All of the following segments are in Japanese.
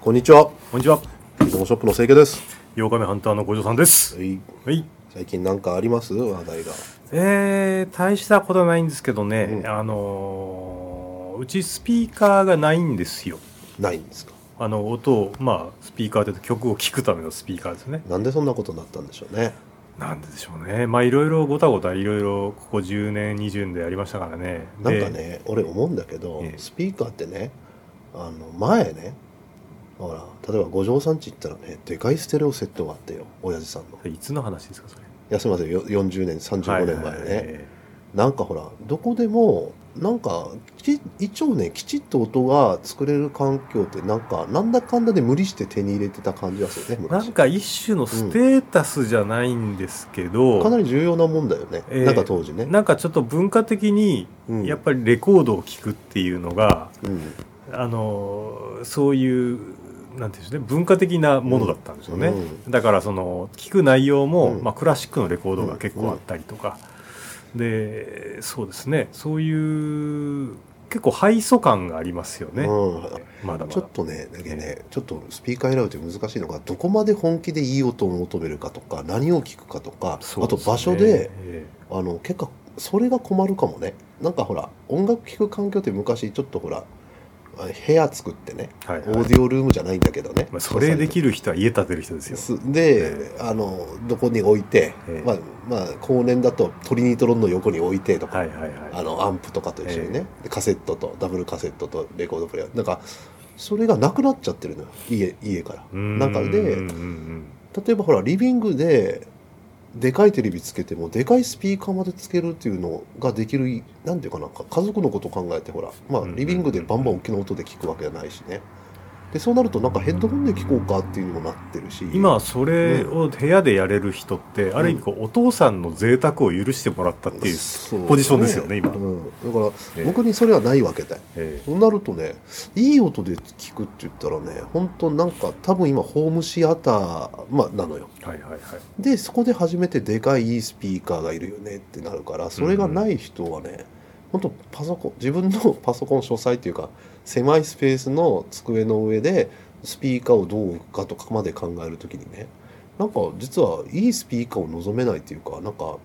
こんにちは。こんにちは。ビトモショップの清家です。 8日目ハンターの五条さんです。はいはい。最近なんかあります話題が。えー、大したことはないんですけどね、うんあのーうちスピーカーがないんですよ。ないんですかあの、音を、まあ、スピーカーというと曲を聴くためのスピーカーですね。なんでそんなことになったんでしょうね。なんででしょうね。まあ、いろいろごたごた、いろいろ、ここ10年、20年でやりましたからね。なんかで。ね、俺思うんだけどえ、えスピーカーってね、あの、前ね、ほら、例えば五条さんち行ったらね、でかいステレオセットがあってよ、親父さんの。それいつの話ですか、それ。いや、すみません、よ40年、35年は前いはいはいね。なんかほら、どこでも、なんか、き一応ね、きちっと音が作れる環境って、なんか、なんだかんだで無理して手に入れてた感じがするね、な昔ん。か一種のステータスじゃないんですけど、かなり重要なもんだよね、えーなんか当時ね、なんかちょっと文化的にうん、やっぱりレコードを聴くっていうのが、うんあのそういうなんていうんでしょうね文化的なものだったんですよね、うだからその聴く内容も、うんまあ、クラシックのレコードが結構あったりとか、でそうですねそういう結構敗訴感がありますよね、うんまだまだちょっとねだけどねちょっとスピーカー選ぶって難しいのがどこまで本気でいい音を求めるかとか何を聞くかとか、そうあとすね場所でえあの結構それが困るかもねなんかほら音楽聴く環境って昔ちょっとほらあ部屋作ってねえはいオはいーディオルームじゃないんだけどね、まあ、それできる人は家建てる人ですよすで、あのどこに置いて、ええまあまあ後年だとトリニトロンの横に置いてとか、はいはいあはのアンプとかと一緒にね、でカセットとダブルカセットとレコードプレイヤーなんかそれがなくなっちゃってるのよ家家からいなんかでうんうんうん例えばほらリビングででかいテレビつけてもでかいスピーカーまでつけるっていうのができるなんていうかなんか家族のこと考えてほらまあうんリビングでバンバン大きな音で聞くわけじゃないしねでそうなるとなんかヘッドホンで聞こうかっていうにもなってるし今それを部屋でやれる人って、ある意味こうお父さんの贅沢を許してもらったっていう、そうポジションですよね今うん、だから僕にそれはないわけだよえそうなるとねいい音で聞くって言ったらね本当なんか多分今ホームシアター、まあ、なのよえはいはいはいでそこで初めてでかいいいスピーカーがいるよねってなるからそれがない人はね、ほん、本当パソコン自分の パソコン書斎っていうか狭いスペースの机の上でスピーカーをどう置くかとかまで考えるときにねなんか実はいいスピーカーを望めないっていうかなんか、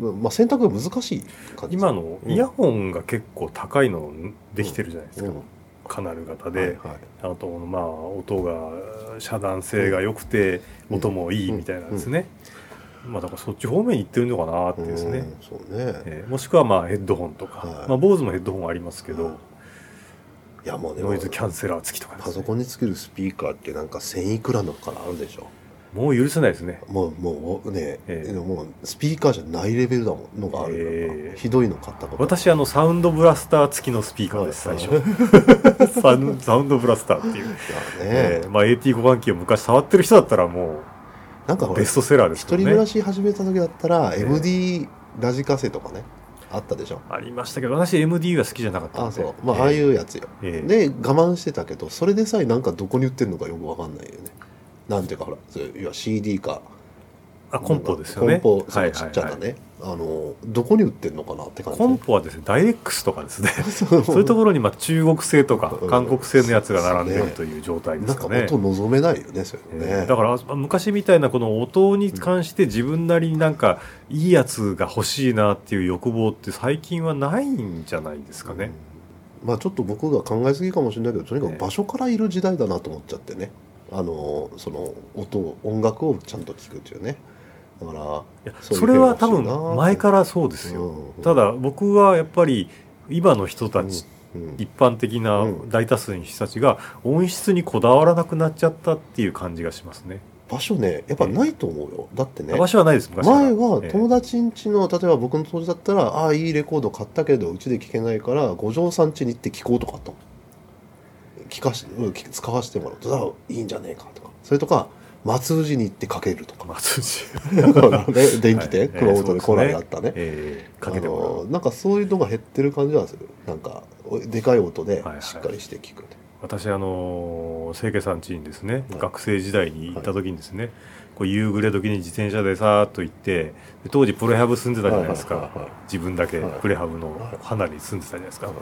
まあ、選択が難しい感じ今のうんイヤホンが結構高いのできてるじゃないですか、うんカナル型はいで、はいあとまあ音が遮断性が良くて、うん音もいいみたいなんですね、まあだからそっち方面に行ってるのかなっていうですね、うんそうね、ええもしくはまあヘッドホンとか、はいまあ、坊主もヘッドホンありますけど、はいいやもうねノイズキャンセラー付きとかですパねソコンにつけるスピーカーってなんか1000いくらのからあるでしょもう許せないですねもうもうね、ええもうスピーカーじゃないレベルだもんのがあるよ、ええひどいの買ったこと私あのサウンドブラスター付きのスピーカーですは最い初サ ウンサウンドブラスターっていう、だねえ、ーまあ、AT 互換機を昔触ってる人だったらもなんかうほらベス一トセラーです人けど暮らねし始めた時だったら、ええ MD ラジカセとかねあったでしょありましたけど私 MD が好きじゃなかったあんで、そうまあ、ああいううやつよえーで我慢してたけどそれでさえなんかどこに売ってるのかよくわかんないよねなんていうかほらそういう要は CD かあコンポですよねコンポそはのいちはっちゃいなね、はいあのどこに売ってんのかなって感じコンポはですねダイレックスとかです ねそうそういうところにまあ中国製とかうん韓国製のやつが並んそでうるねという状態でなんすかかね音望めないよねそれね、えーだからあ昔みたいなこの音に関して自分なりになんかいいやつが欲しいなっていう欲望って最近はないんじゃないですかね、うんまあちょっと僕が考えすぎかもしれないけどとにかえくえ場所からいる時代だなと思っちゃってねあのその音を音楽をちゃんと聞くっていうねだからいやそういうそれは多部屋が欲しいな分前からそうですよ、ただだ僕はやっぱり今の人たち、一般的なうん大多数の人たちが音質にこだわらなくなっちゃったっていう感じがしますね場所ねやっぱないと思うよだってね場所はないです昔から前はええ友達ん家の例えば僕の当時だったらああいいレコード買ったけどうちで聴けないから五条さん家に行って聴こうとかと聞かし、うん、聞使わせてもらうとだからいいんじゃねえかとかそれとか松藤に行ってかけ るとか松藤ね電気は店い熊本でコラーがあったねええかけてもらあのうなんかそういうのが減ってる感じはするなんかおでかい音ではいはいしっかりして聞くと、私あの清家さん家にですね、はい学生時代に行った時にですね、こう夕暮れ時に自転車でさーっと行ってで当時プレハブ住んでたじゃないですか、はいはいはいはい自分だけはいプレハブの離れに住んでたじゃないですか、はい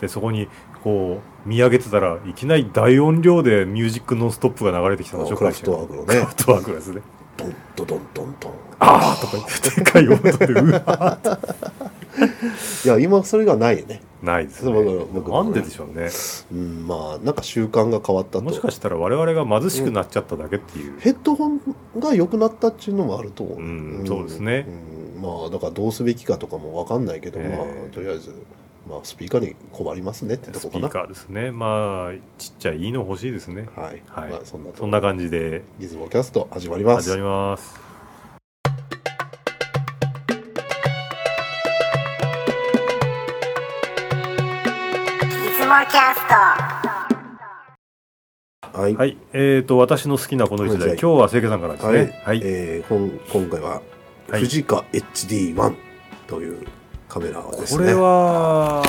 でそこにこう見上げてたらいきなり大音量でミュージックノンストップが流れてきたのクラフトワークのねクラフトワークですねドンドドンドンドンああとか言ってでかい音でうわーっていや今それがないよねないですね僕僕なんででしょうねうんまあなんか習慣が変わったともしかしたら我々が貧しくなっちゃっただけっていう、ヘッドホンが良くなったっていうのもあると思う、うんそうですねうんまあだからどうすべきかとかも分かんないけど、ええまあとりあえず、まあ、スピーカーに困りますねってとスこピかーなカーですねまあちっちゃいいいの欲しいですねはい、はいまあ、そんなとこそんな感じでギズモキャスト始まります始まりますいつもキャストはい、はいえー、と私の好きなこの一台はい今日は清家さんからですはいねはい、えーこん今回ははい富士カ HD1 というカメラですこね、れは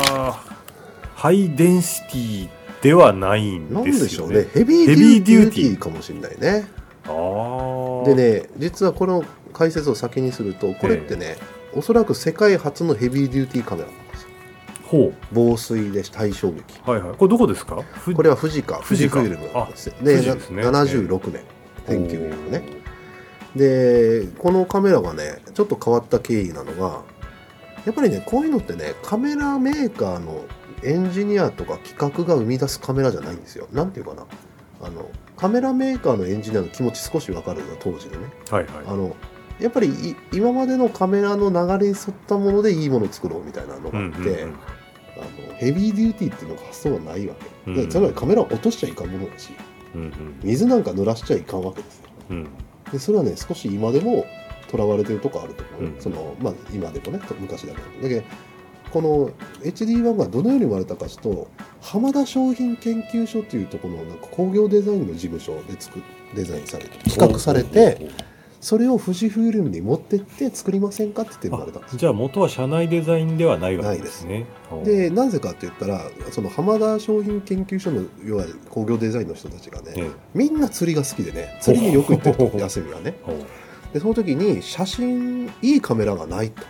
ハイデンシティではないんなんでですしょようねねヘビヘービーデデュューーテティーィーかもしれないねあであね実はこの解説を先にするとこれってね、おそらく世界初のヘビーデューティーカメラなんですよほ防水で対衝撃うはいはいこれどこですかふこれは富士カ富富士士かフィルムなんですよあで富士ですねな76年ほう1900ねでこのカメラがねちょっと変わった経緯なのがやっぱりねこういうのってねカメラメーカーのエンジニアとか企画が生み出すカメラじゃないんですよなんていうかなあのカメラメーカーのエンジニアの気持ち少しわかるな当時のねはいはいあのやっぱりい今までのカメラの流れに沿ったものでいいものを作ろうみたいなのがあって、あのヘビーデューティーっていうのが発想がないわけ、うんでつまりカメラを落としちゃいかんものだしうんうん水なんか濡らしちゃいかんわけですようんうんでそれはね少し今でもとらわれてるとこあると思う、うんそのまあ、今でもねと昔だけどだけどこの HD1 がどのように生まれたかというと浜田商品研究所というところのなんか工業デザインの事務所で作デザインされて企画されてほうほうほうほそれを富士フイルムに持ってって作りませんかって言って生まれたんですうじゃあ元は社内デザインではないわけですねでなぜかって言ったらその浜田商品研究所の要は工業デザインの人たちがね、ええみんな釣りが好きでね釣りによく行ってるほうと休みはねほうでその時に写真いいカメラがないと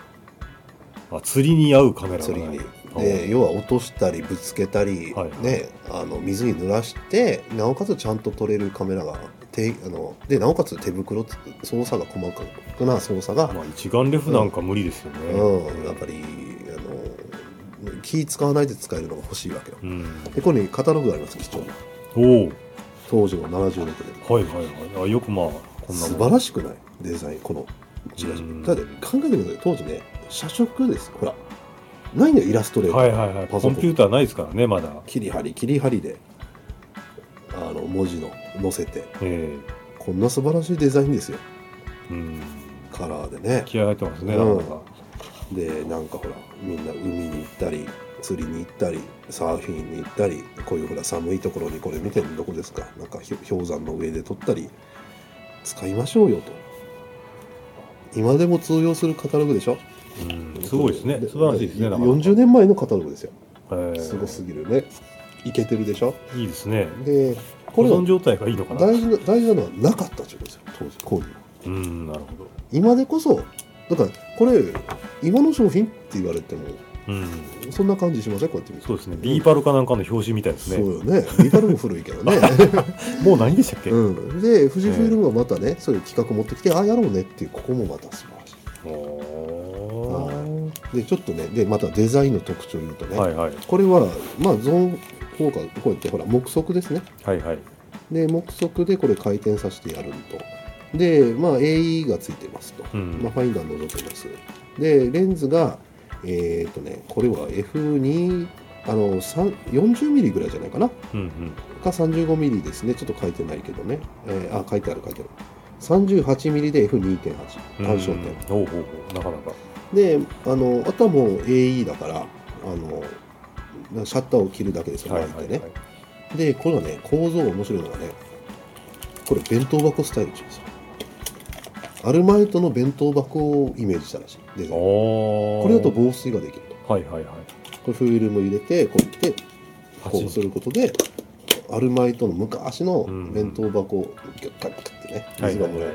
あ釣りに合うカメラが釣りないにほうで要は落としたりぶつけたり、はいはいね、あの水に濡らしてなおかつちゃんと撮れるカメラがてあのでなおかつ手袋つ操作が細かくな操作が、まあ、一眼レフなんか無理ですよね、うん、やっぱりあの気使わないで使えるのが欲しいわけようんでここにカタログがあります貴重な。お当時の76年おはいはいはいあよくまあこんな素も晴んらしくないデザインこのチラシうんだって考えてください当時ね社食ですほらないんだよイラストレーター、はいはいはいコパソコンンピューターないですからねまだ切り張り切り張りであの文字の載せてえこんな素晴らしいデザインですよえうんカラーでね気合入ってますね、うんなかなかでなんかほらみんな海に行ったり釣りに行ったりサーフィンに行ったりこういうほら寒いところにこれ見てどこですかなんかひょ氷山の上で撮ったり使いましょうよと今でも通用するカタログでしょうんすごいですね素晴らしいですねなかなか40年前のカタログですよええすごすぎるねいけてるでしょいいですねでこ保れは存状態がいいのかな大事な大事なのはなかったってことですよ当時購入はうんなるほど今でこそだからこれ今の商品って言われてもうんそんな感じしませんこうやって見るとそうですねビーパルかなんかの表紙みたいですそうねよねビバルも古いけど ね、もう何でしたっけ、うん、で富士フイルムはまたねそういう企画持ってきてああやろうねっていうここもまた素晴らしおーいでちょっとねでまたデザインの特徴を言うとね、はいはいこれはまあゾーン効果こうやってほら目測ですねはいはいで目測でこれ回転させてやるとでまあ AE がついてますと、うんまあ、ファインダー覗けますでレンズがえっ、とねこれは F2 あの3 40ミリぐらいじゃないかなうんか35ミリですねちょっと書いてないけどね、えーあ書いてある書いてある38ミリで F2.8 うん単焦点、うんほうほうほうなかなかであのあとはもう AE だからあのシャッターを切るだけですよは巻いいてね、はいはいでこれはね構造が面白いのがねこれ弁当箱スタイルって言うんですよアルマイトの弁当箱をイメージしたらしいデザインおこれだと防水ができるとはいはいはいこれフィルム入れてこうやってパこチンうすることでアルマイトの昔のうん弁当箱をギュッガッガッってね水が漏れる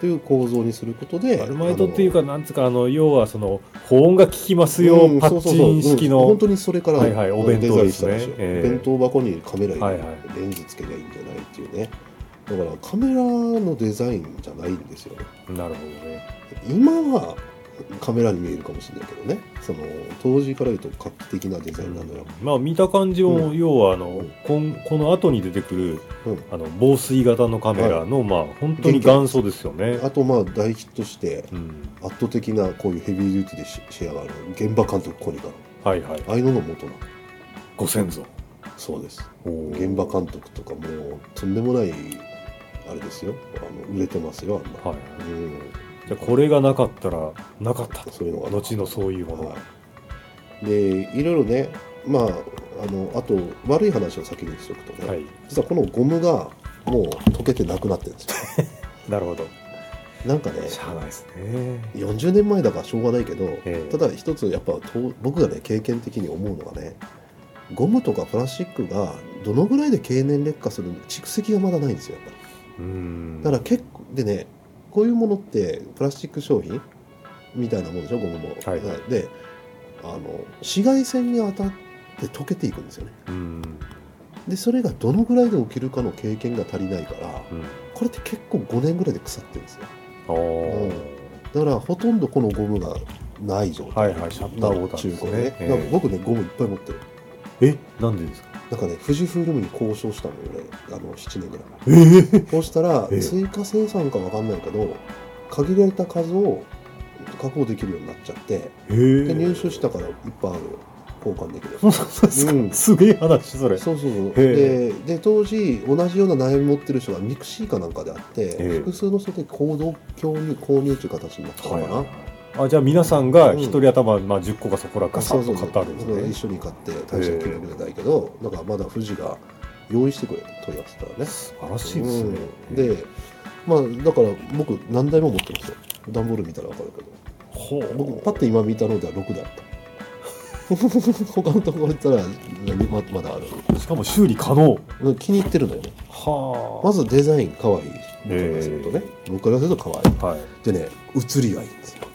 という構造にすることでアルマイトっていうかなんつうかあの要はその保温が効きますよ、うんパそうッそうチそううんン式の本当にそれから、はいはいお弁当ですねデザインしたんええ弁当箱にカメラは入いれはてレンズつけりゃいいんじゃないっていうねだからカメラのデザインじゃないんですよねなるほどね今はカメラに見えるかもしれないけどねその当時から言うと画期的なデザインなのよ、まあ見た感じも、う要はあの、うんこんこの後に出てくるうんあの防水型のカメラの、まあ本当に元祖ですよね、あとまあ大ヒットしてうん、圧倒的なこういうヘビーデューティーでし仕上がる現場監督コニカのはいはいああいうのの元なのご先祖そうですおー現場監督とかもうとんでもないあれですよあの売れてますよあんな、はいうんじゃあこれがなかったらなかったとそういうのが後のそういうものが、はい、でいろいろねまああのあと悪い話を先にしておくとね、はい実はこのゴムがもう溶けてなくなってるん ですよなるほどなんかねしゃあないですね40年前だからしょうがないけど、ええただ一つやっぱと僕がね経験的に思うのがねゴムとかプラスチックがどのぐらいで経年劣化するの蓄積がまだないんですよやっぱりうんだから結構でねこういうものってプラスチック商品みたいなもんでしょゴムも、はいであの紫外線に当たって溶けていくんですよねうんでそれがどのぐらいで起きるかの経験が足りないからうんこれって結構5年ぐらいで腐ってるんですよあーだからほとんどこのゴムがない状態、はいはいシャッターボタン中です古ねでね、ええだから僕ねゴムいっぱい持ってるえなんでですかなんかね富士フイルムに交渉したのよねあの7年ぐらい前えー、こうしたらええ追加生産かわかんないけど限られた数を確保できるようになっちゃってえー、で入手したからいっぱいある交換できるそうそうですか、うんすげえ話それそうそうそうへでで当時同じような悩み持ってる人がミクシーかなんかであってえ複数の人で行動購入購入という形になったのかな、あじゃあ皆さんが一人頭、まあ、10個かそこらかさそうっそとうそ買うってあるんですそうね一緒に買って大した金額じゃないけど、だからまだ富士が用意してくれて問い合わせたらね素晴らしいですね、うん、でまあだから僕何台も持ってますよ段ボール見たら分かるけどほう僕パッて今見たのでは6台あった 他のところ行ったらままだあるしかも修理可能気に入ってるのよねはあまずデザインかわいい僕えからえするとね僕からするとかわいいはいでね写りがいいんですよ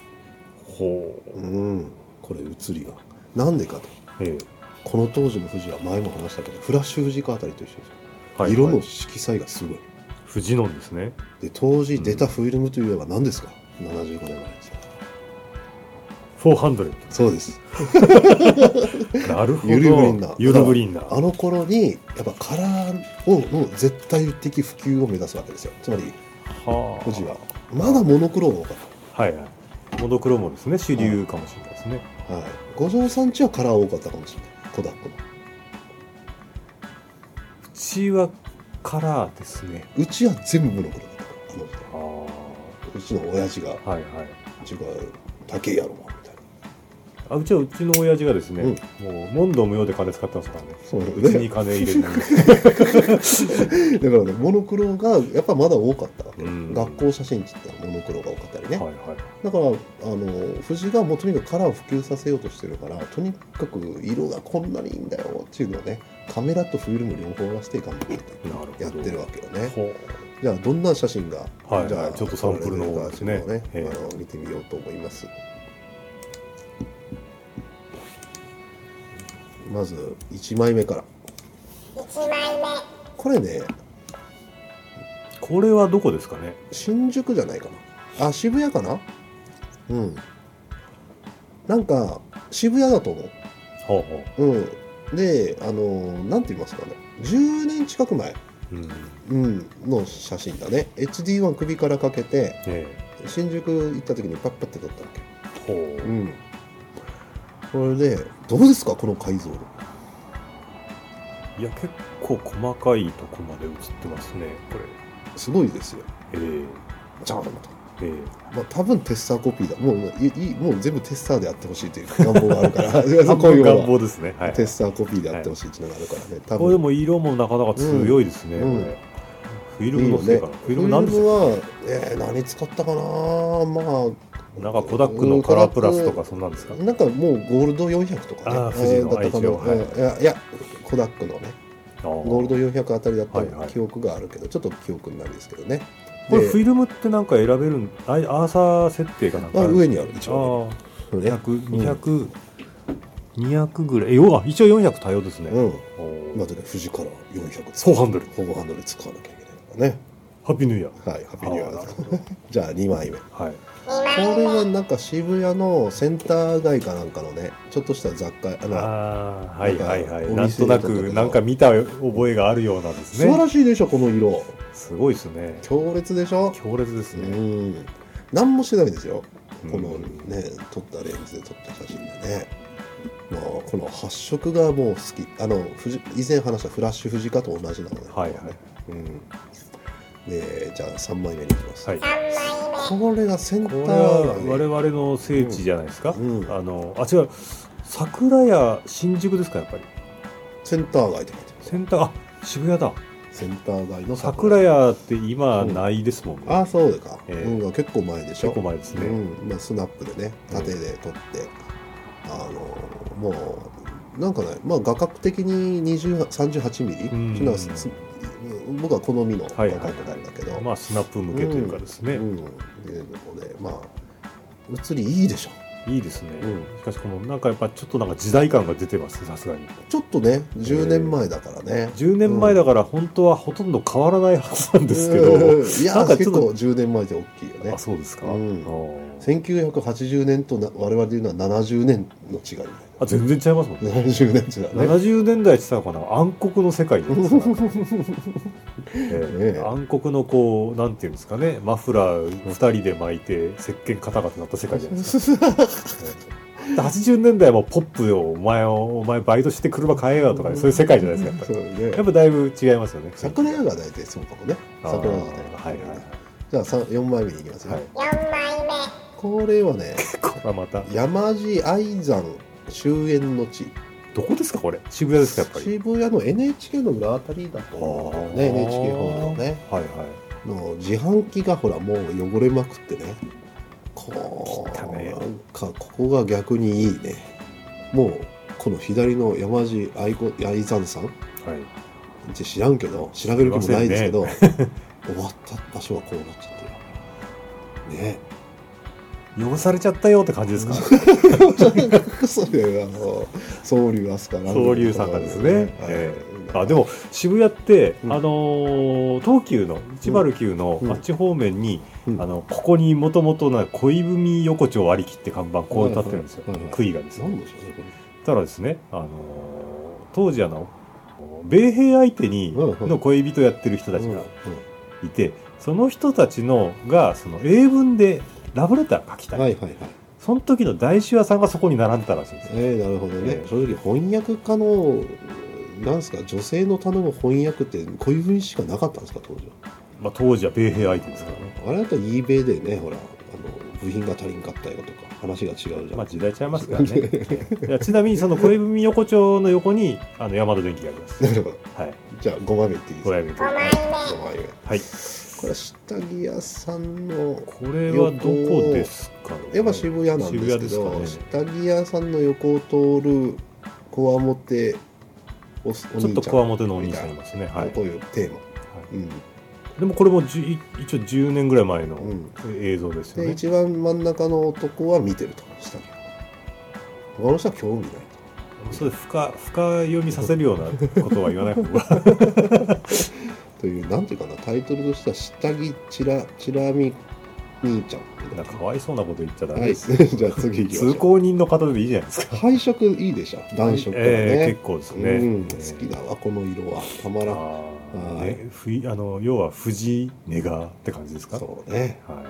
ほううんこれ写りがなんでかとえこの当時の富士は前も話したけどフラッシュ富士カあたりと一緒ですよえはい色はのい色彩がすごい富士のんですねで当時出たフィルムといえば何ですか、75年前ですよ400そうですなるほどゆるブリンナーゆるブリンナーあの頃にやっぱカラーをの絶対的普及を目指すわけですよつまりはあ富士はまだモノクロが多かっはいはいモノクロもですね主流かもしれないですね、た、はい、五条さんちはカラー多かったかもしれないコダックのうちはカラーですねうちは全部モノクロだったからあの時ああうちの親父がはいはい「ちゅうか高えやろ」みたいなあうちはうちの親父がですね、もう問答無用で金使ってますからねそううちに 金入れるのにだからねモノクロがやっぱまだ多かったわけ、うん学校写真って言ったらモノクロが多かったりね、はいはいだからあの藤井がもうとにかくカラーを普及させようとしてるからとにかく色がこんなにいいんだよっていうのをねカメラとフィルム両方合わせて頑張ってなるほどやってるわけよねほじゃあどんな写真が、はいじゃあちょっとサンプルの方ですね撮られてるえかえあの見てみようと思いますまず1枚目から一枚目これねうこれはどこですかね新宿じゃないかなあ渋谷かなうんなんか渋谷だと思うほうほうん、であのなんて言いますかね10年近く前、ううんうん、の写真だね HD1 首からかけてえ新宿行った時にパッパって撮ったわけえほううんこれでどうですかこの解像度いや結構細かいとこまで写ってますねこれすごいですよえちゃんと、ええまあ、多分テスターコピーだもうもういいもう全部テスターでやってほしいという願望があるから え そ願うこういうのは望ですねはいテスターコピーでやってほしいっていうのがあるからね多これで分も色もなかなか強いですね、うんこれフィルムのせいかな、フィルムなんですかは、えー何使ったかなまあなんかコダックのカラープラスとかそんなんですか、なんかもうゴールド400とかねあー富士のだったかな、愛称はいいやいやコダックのねああゴールド400あたりだったはいはい記憶があるけど、ちょっと記憶にないですけどねこれでフィルムってなんか選べるんあアーサー設定かなんかあある上にある一あ応ーねね200200、200ぐらいえよあ一応400対応ですね、うんおーまずね富士から400です400ほぼハンドル使わなきゃいけないハッピーニューイヤーからねはいハッピーニューイヤあーなでるすほどじゃあ2枚目はいこれはなんか渋谷のセンター街かなんかのねちょっとした雑貨あのああはいはいはいななんんかとなくなんか見た覚えがあるようなんです素晴ねらしいでしょこの色すごいですね強烈でしょ強烈ですうね、ん何もしてないんですようんこのね撮ったレンズで撮った写真でねまあこの発色がもう好きあの富士以前話したフラッシュ富士かと同じなのねはいはいうんでじゃあ3枚目にいきます、はいこれがセンタこれーは街我々の聖地じゃないですか、うんうんあのあ違う桜屋新宿ですかやっぱりセンター街って書いてセンターあ渋谷だあるセンター街の桜屋って今ないですもんね、ああそうか、ええうん、結構前でしょ結構前ですね、うんまあ、スナップでね縦で撮って、あのもうなんかね、まあ、画角的に20 38ミリ、うんそんなす僕は好みのは画いはい角なんだけど、まあスナップ向けというかですね、うん、っていうのでまあ写りいいでしょ、いいですね、うんしかしこのなんかやっぱちょっとなんか時代感が出てますねさすがにちょっとね10年前だからね、 10年前だから本当はほとんど変わらないはずなんですけど、うんいやなんかち結ょっと構10年前って大きいよねあそうですか、うんあー1980年とな我々で言うのは70年の違いあ全然違いますもんね70年違いね70年代って言ったのかな暗黒の世界じゃないです かえねええ暗黒のこうなんていうんですかねマフラー2人で巻いて石鹸カタカタなった世界じゃないですかええで80年代はもうポップをお前をお前バイトして車買えよとかねそういう世界じゃないですかやっぱそうねりやっぱだいぶ違いますよね桜屋が大体そうかもねあー桜屋がはい大体はいはいじゃあ4枚目に行きますね、はいこれはねこれはまた山地愛山終焉の地どこですかこれ渋谷ですかやっぱり渋谷の NHK の裏あたりだと思うんだよね NHK ホールのねはいはいの自販機がほらもう汚れまくってねこう汚ねなんかここが逆にいいねもうこの左の山地愛子愛山さんはいち知らんけど調べる気もないですけど 終わった場所はこうなっちゃってるね 汚されちゃったよって感じですかそれあの総流アスカなん総流参加ですねはいえあでも渋谷って、うんあのー東急の109のうんあっち方面に、うんあのここにもともとな恋文横丁ありきって看板こう立ってるんですよ、はいはいはい杭がですなんねでしょうねたらですね、あのー当時あの米兵相手にうんうんの恋人やってる人こたれちがうんいて、その人たちのがその英文でラブレター書きたい、はいはいはいその時の大衆屋さんがそこに並んでたらしいんですよ、えーなるほどねええ正直翻訳家のなんですか女性の頼む翻訳ってこういう文しかなかったんですか当時はまあ、当時は米兵相手ですからね、あれだと eBay でねほらあの部品が足りんかったよとか話が違うじゃん、まあ時代ちゃいますからね。いやちなみにその恋文横丁の横にあのヤマト電機がありま す。なるほどはい。じゃあ5枚目いっていいですごか覧いただきま5枚目はい。これ下着屋さんのこれはどこですかね。やっぱ渋谷なんですけ渋ど谷ですか下ね。着屋さんの横を通るこわもておお兄ちゃんちょっとこわもてのお兄さんいますね。はい。こういうテーマ、うんでもこれもじゅ一応10年ぐらい前のうん映像ですよでね。一番真ん中の男は見てると下着他の人は興味ないとそうです深深読みさせるようなことは言わない方が。 というなんていうかなタイトルとしては下着ちらちらみ兄ちゃんみたいななんかかわいそうなこと言っちゃダメはでい す。じゃあ次行きましょ 通う行人の方でいいじゃないですか。配色いいでしょ暖色からね、ええ結構ですね。うん、好きだわこの色はたまらんあーはいね、ふいあの要は富士ネガって感じですか。そうねはは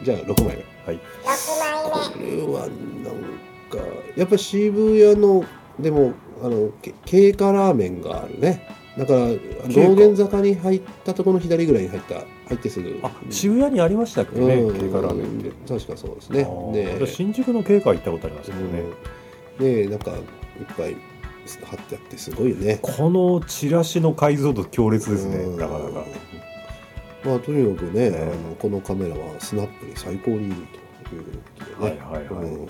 いじゃあ6枚目い。はい。これはなんかやっぱ渋谷のでもあのけ経過ラーメンがあるねだから華道玄坂に入ったところの左ぐらいに入った入ってすぐあ、渋谷にありましたっけね、うん経過ラーメンって。確かそうですあねーで私新宿の経過行ったことありますけどね。うんでなんかいっぱい貼ってあってすごいよねこのチラシの解像度強烈ですうんね。なかなか。まあとにかくね、ねあのこのカメラはスナップに最高にいいということはでいね、はいはい。うん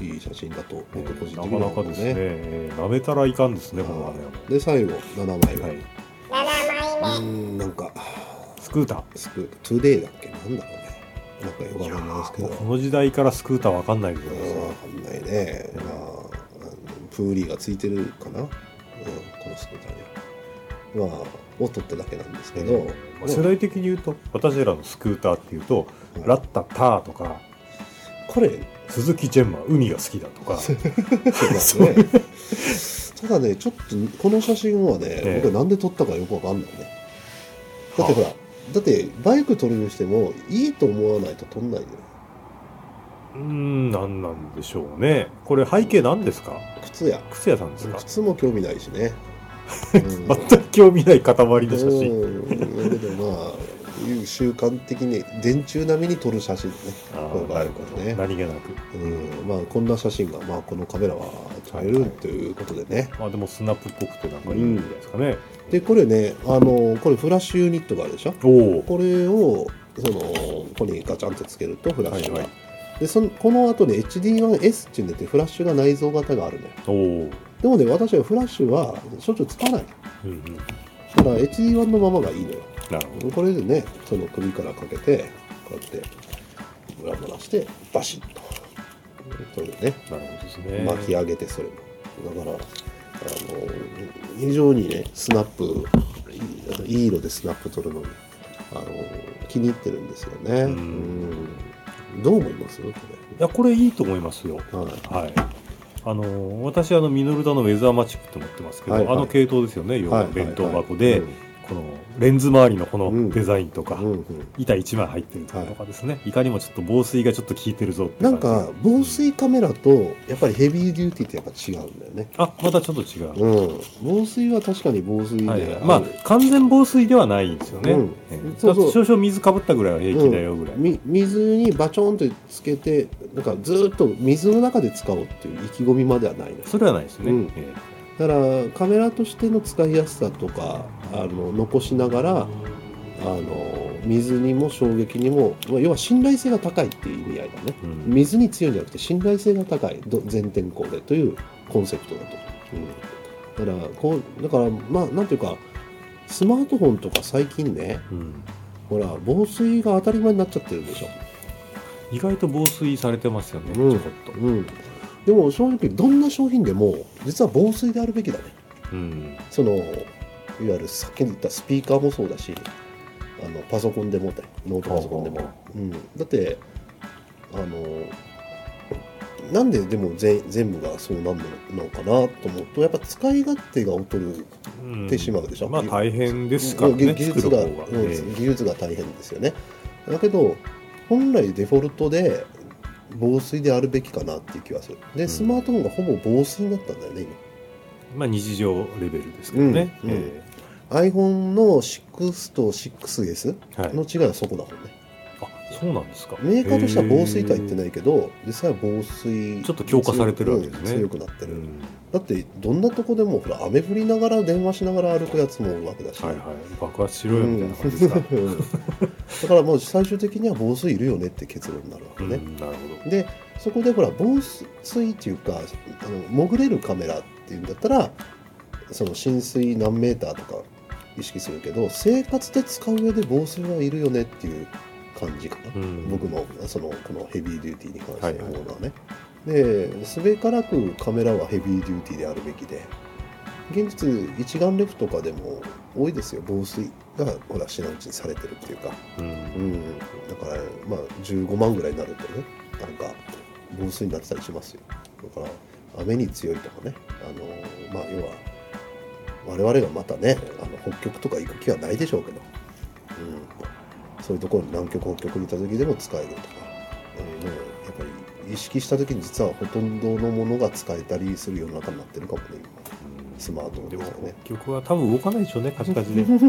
いい写真だとえ僕個人ー的なにはかなか思うですね、ね。えー舐めたらいかんですね、このは画いで最後7枚目、面は。はい。うーんなんかスクータースクータートゥデイだっけなんだろうねなんかよくわかんないですけどもうこの時代からスクーターわかんないけどうんわかんないね、まあ、あのプーリーがついてるかな、うん、このスクーターにはまあを取っただけなんですけど、まあ世代的に言うと私らのスクーターっていうとうんラッタターとかこれ鈴木ジェンマ海が好きだとか そうだねただねちょっとこの写真はね、ええ僕はなんで撮ったかよくわかんないねだってほら、はだってバイク撮るにしてもいいと思わないと撮んないのようーんなんなんでしょうねこれ背景何ですか靴や靴屋さんですか靴も興味ないし ね、うん全く興味ない塊の写真うんだけどまあいう習慣的に電柱並みに撮る写真ねあーこういうのがあるからね何気なくうんまあこんな写真が、まあ、このカメラは撮れるということでね、まあでもスナップっぽくてなんかいいんじゃないですかね、でこれねあのこれフラッシュユニットがあるでしょおおこれをそのここにガチャンとつけるとフラッシュが、はいはでそのこの後ね HD1S っていうのってフラッシュが内蔵型があるねおおうんでもね私はフラッシュはしょっちゅう使わないうんだから HD1 のままがいいのよなるほどこれでねその首からかけてこうやってムラムラしてバシッとそれでねなるほどですね巻き上げてそれもだからあの非常にねスナップいいいい色でスナップ取るのにあの気に入ってるんですよねううんんどう思いますこいやこれいいと思いますよれはいはいあのー私あのミノルダのウェザーマチックって持ってますけど、はいはいあの系統ですよね要はいははい弁当箱で、このレンズ周りのこうんのデザインとか、うんうんうん板1枚入ってるとかですね、い、かにもちょっと防水がちょっと効いてるぞってな感んかじ防水カメラとやっぱりヘビーデューティーってやっぱ違うんだよねあまたちょっと違う、うん防水は確かに防水で、はいあのまあ完全防水ではないんですよね、うんええそうそうだ少々水かぶったぐらいは平気だよぐらい、み水にバチョンとつけてなんかずーっと水の中で使おうっていう意気込みまではないのよそれはないですね、うんええだからカメラとしての使いやすさとかあの残しながらあの水にも衝撃にも、まあ、要は信頼性が高いっていう意味合いだねうん水に強いんじゃなくて信頼性が高いど全天候でというコンセプトだと、うん、だからこうだからまあなんていうかスマートフォンとか最近ねうんほら防水が当たり前になっちゃってるでしょ意外と防水されてますよね、うんちょこっと、うん、でも正直どんな商品でも実は防水であるべきだねうんそのいわゆるさっき言ったスピーカーもそうだしあのパソコンでもだよノートパソコンでも、うん、だってあのなんででも全全部がそうなんののかなと思うとやっぱ使い勝手が劣るうんってしまうでしょまあ大変ですからね技技作術るが、方が、うんええ技術が大変ですよねだけど本来デフォルトで防水であるべきかなっていう気はするでんスマートフォンがほぼ防水になったんだよねまあ日常レベルですけどね、うんえ今 iPhone の6と 6S えはいの違いはそこだもんねあそうなんですかメーカーとしては防水とは言ってい、ないけど実際は防水ちょっと強化されてるわけですね強くなってええる、うんだってどんなとこでもほら雨降りながら電話しながら歩くやつもおるわけだし、はいはい爆発しろよみたいな感 じですか、 うんだからもう最終的には防水いるよねって結論になるわけうんね、なるほでそこでほら防水っていうかあの潜れるカメラっていうんだったらその浸水何メーターとか意識するけど生活で使う上で防水はいるよねっていう感じかな、ど、うん僕のそのこのヘビーデューティーに関してはのいはものはね、ですべからくカメラはヘビーデューティーであるべきで現実一眼レフとかでも多いですよ防水がほら品打ちにされてるっていうかうんうんだからまあ15万ぐらいになるとねなんか防水になってたりしますよだから雨に強いとかねあのまあ要は我々がまたねあの北極とか行く気はないでしょうけど、うん、そういうところに南極北極にいた時でも使えるとか、うん、もうやっぱり意識した時に実はほとんどのものが使えたりする世の中になってるかもね今スマートフォンででもすよね結局は多分動かないでしょうねカチカチでね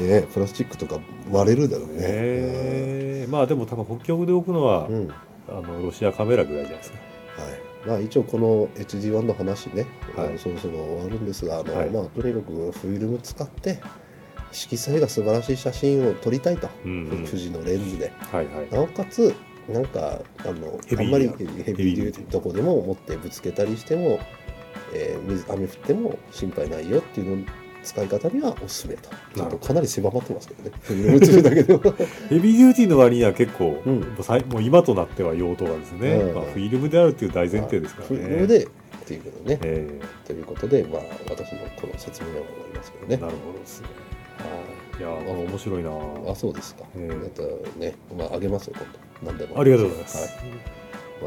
えプラスチックとか割れるだろうね、ええまあでも多分北極で置くのは、うん、あのロシアカメラぐらいじゃないですかはい、まあ一応この HD1 の話ね、はいあのそろそろ終わるんですがあの、はいまあ、とにかくフィルム使って色彩が素晴らしい写真を撮りたいと、うんうん富士のレンズではいはいなおかつなんかあのあヘビーんまりなヘビーデューティーどこでも持ってぶつけたりしても、えー水雨降っても心配ないよっていうの使い方にはおすすめとちょなっるほとどかなり狭まってますけどねフィルム映るだけではヘビーデューティーの割には結構、うんやっぱさいもう今となっては用途がですね、うんまあ、フィルムであるっていう大前提ですからフね。ィルムでっていうことね、えということでまあ私のこの説明は終わりますけどえねなるほどですね。はいやー、あの面白いなあそうですか、ええまたねまああげますよ今度何でもありがとうございます。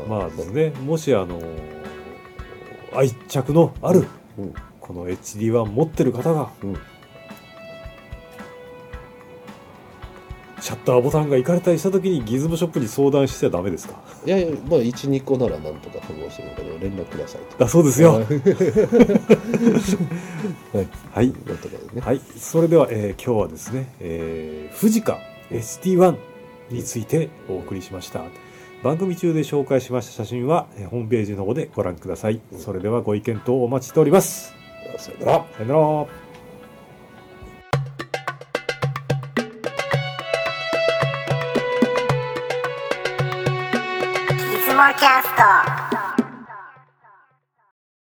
まあそでうすね、もしあの愛着のあるうんこの HD1 持ってる方が、うんシャッターボタンがいかれたりした時にギズモショップに相談してはダメですか いやいやまあ12個ならなんとか保護してるけど連絡くださいとだそうですはよい。はい。なんとかでね はい。それでは、えー今日はですね、えー、富士カ SD1 についてお送りしました。番組中で紹介しました写真は、えーホームページの方でご覧ください。それではご意見等お待ちしております。さよならさよなら。いつもキャスト